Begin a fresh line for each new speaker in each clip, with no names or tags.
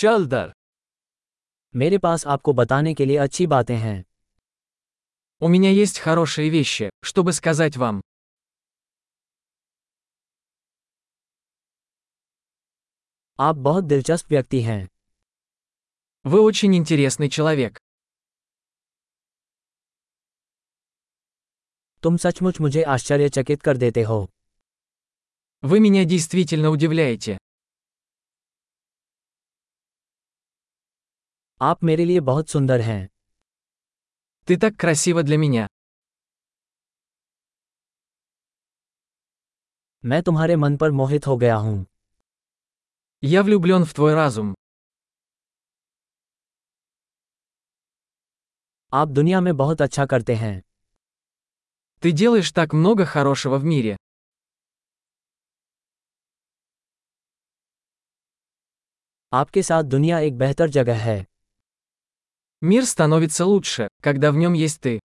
चल दर
मेरे पास आपको बताने के लिए अच्छी बातें हैं
У меня есть хорошие вещи, чтобы сказать вам.
आप बहुत दिलचस्प व्यक्ति हैं
Вы очень интересный человек.
तुम सचमुच मुझे आश्चर्यचकित कर देते हो
Вы меня действительно удивляете.
आप मेरे लिए बहुत सुंदर हैं
Ты так красива для меня.
मैं तुम्हारे मन पर मोहित हो गया हूँ
Я влюблен в твой разум.
आप दुनिया में बहुत अच्छा करते हैं
Ты делаешь так много хорошего в мире.
आपके साथ दुनिया एक बेहतर जगह है
Мир становится лучше, когда в нем есть ты.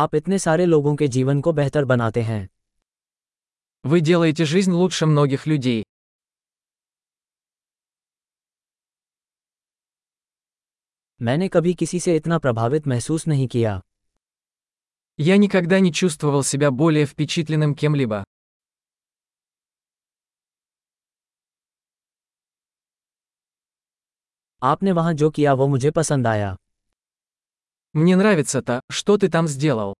आप इतने सारे लोगों के जीवन को बेहतर बनाते हैं
Вы делаете жизнь лучше многих людей.
मैंने कभी किसी से इतना प्रभावित महसूस नहीं किया
Я никогда не чувствовал себя более впечатленным кем-либо.
आपने वहाँ जो किया वो मुझे पसंद आया
Мне нравится то, что ты там сделал.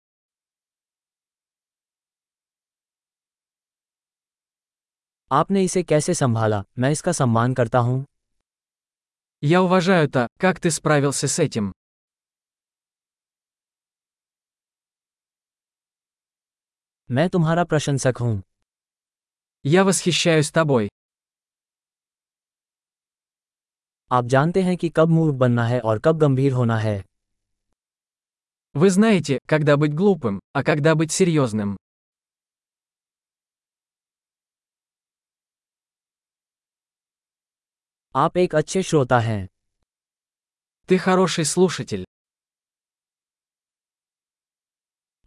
आपने इसे कैसे संभाला मैं इसका सम्मान करता हूँ
Я уважаю то, как ты справился с этим.
मैं तुम्हारा प्रशंसक हूँ
Я восхищаюсь тобой.
आप जानते हैं कि कब मूर्ख बनना है और कब गंभीर होना है
Вы знаете, когда быть глупым, а когда быть серьезным.
आप एक अच्छे श्रोता हैं
Ты хороший слушатель.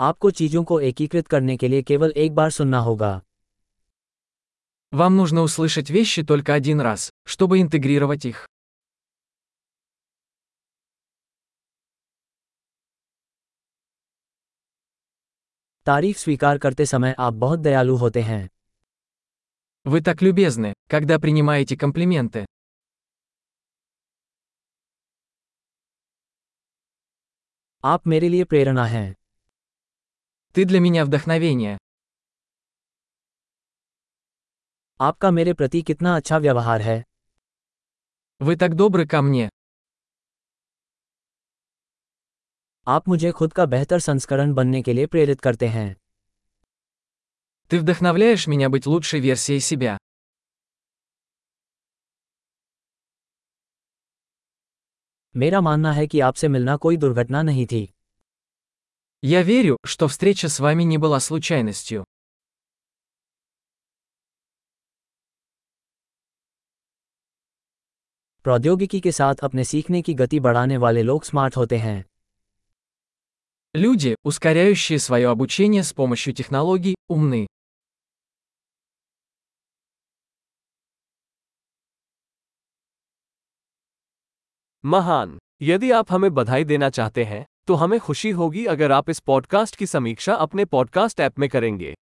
आपको चीजों को एकीकृत करने के लिए केवल एक बार सुनना होगा
Вам нужно услышать вещи только один раз, чтобы интегрировать их.
तारीफ स्वीकार करते समय आप बहुत दयालु होते हैं
Вы так любезны, когда принимаете комплименты.
आप मेरे लिए प्रेरणा हैं
Ты для меня вдохновение.
आपका मेरे प्रति कितना अच्छा व्यवहार है
Вы так добры ко мне.
आप मुझे खुद का बेहतर संस्करण बनने के लिए प्रेरित करते हैं
Ты вдохновляешь меня быть лучшей версией себя.
मेरा मानना है कि आपसे मिलना कोई दुर्घटना नहीं थी
Я верю, что встреча с вами не была случайностью.
प्रौद्योगिकी के साथ अपने सीखने की गति बढ़ाने वाले लोग स्मार्ट होते हैं
Люди, ускоряющие свое обучение с помощью технологий, умны.
महान यदि आप हमें बधाई देना चाहते हैं तो हमें खुशी होगी अगर आप इस पॉडकास्ट की समीक्षा अपने पॉडकास्ट ऐप में करेंगे